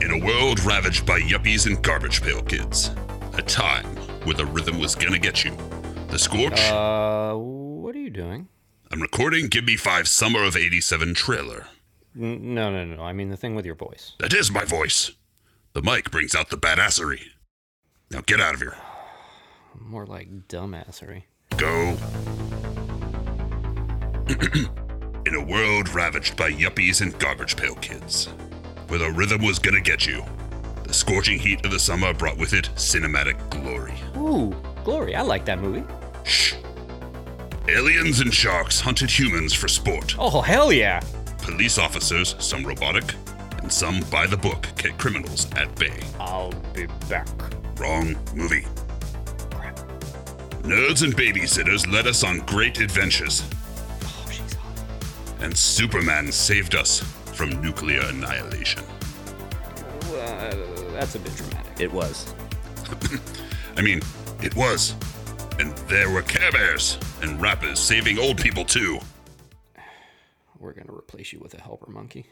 In a world ravaged by yuppies and garbage pail kids, a time where the rhythm was gonna get you. The Scorch, Uh, what are you doing? I'm recording Give Me Five Summer of 87 trailer. N- No, no, no. I mean the thing with your voice. That is my voice. The mic brings out the badassery. Now get out of here. More like dumbassery. Go. In a world ravaged by yuppies and garbage pail kids, where the rhythm was gonna get you, the scorching heat of the summer brought with it cinematic glory. Ooh, glory! I like that movie. Shh. Aliens and sharks hunted humans for sport. Oh hell yeah! Police officers, some robotic, and some by the book, kept criminals at bay. I'll be back. Wrong movie. Nerds and babysitters led us on great adventures, Oh, she's hot. and Superman saved us from nuclear annihilation. Well, uh, that's a bit dramatic. It was. I mean, it was. And there were Care Bears and rappers saving old people too. We're gonna replace you with a helper monkey.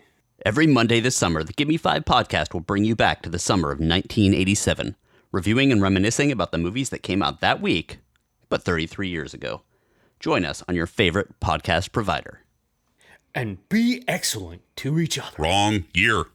Every Monday this summer, the Give Me Five podcast will bring you back to the summer of 1987, reviewing and reminiscing about the movies that came out that week, but 33 years ago. Join us on your favorite podcast provider. And be excellent to each other. Wrong year.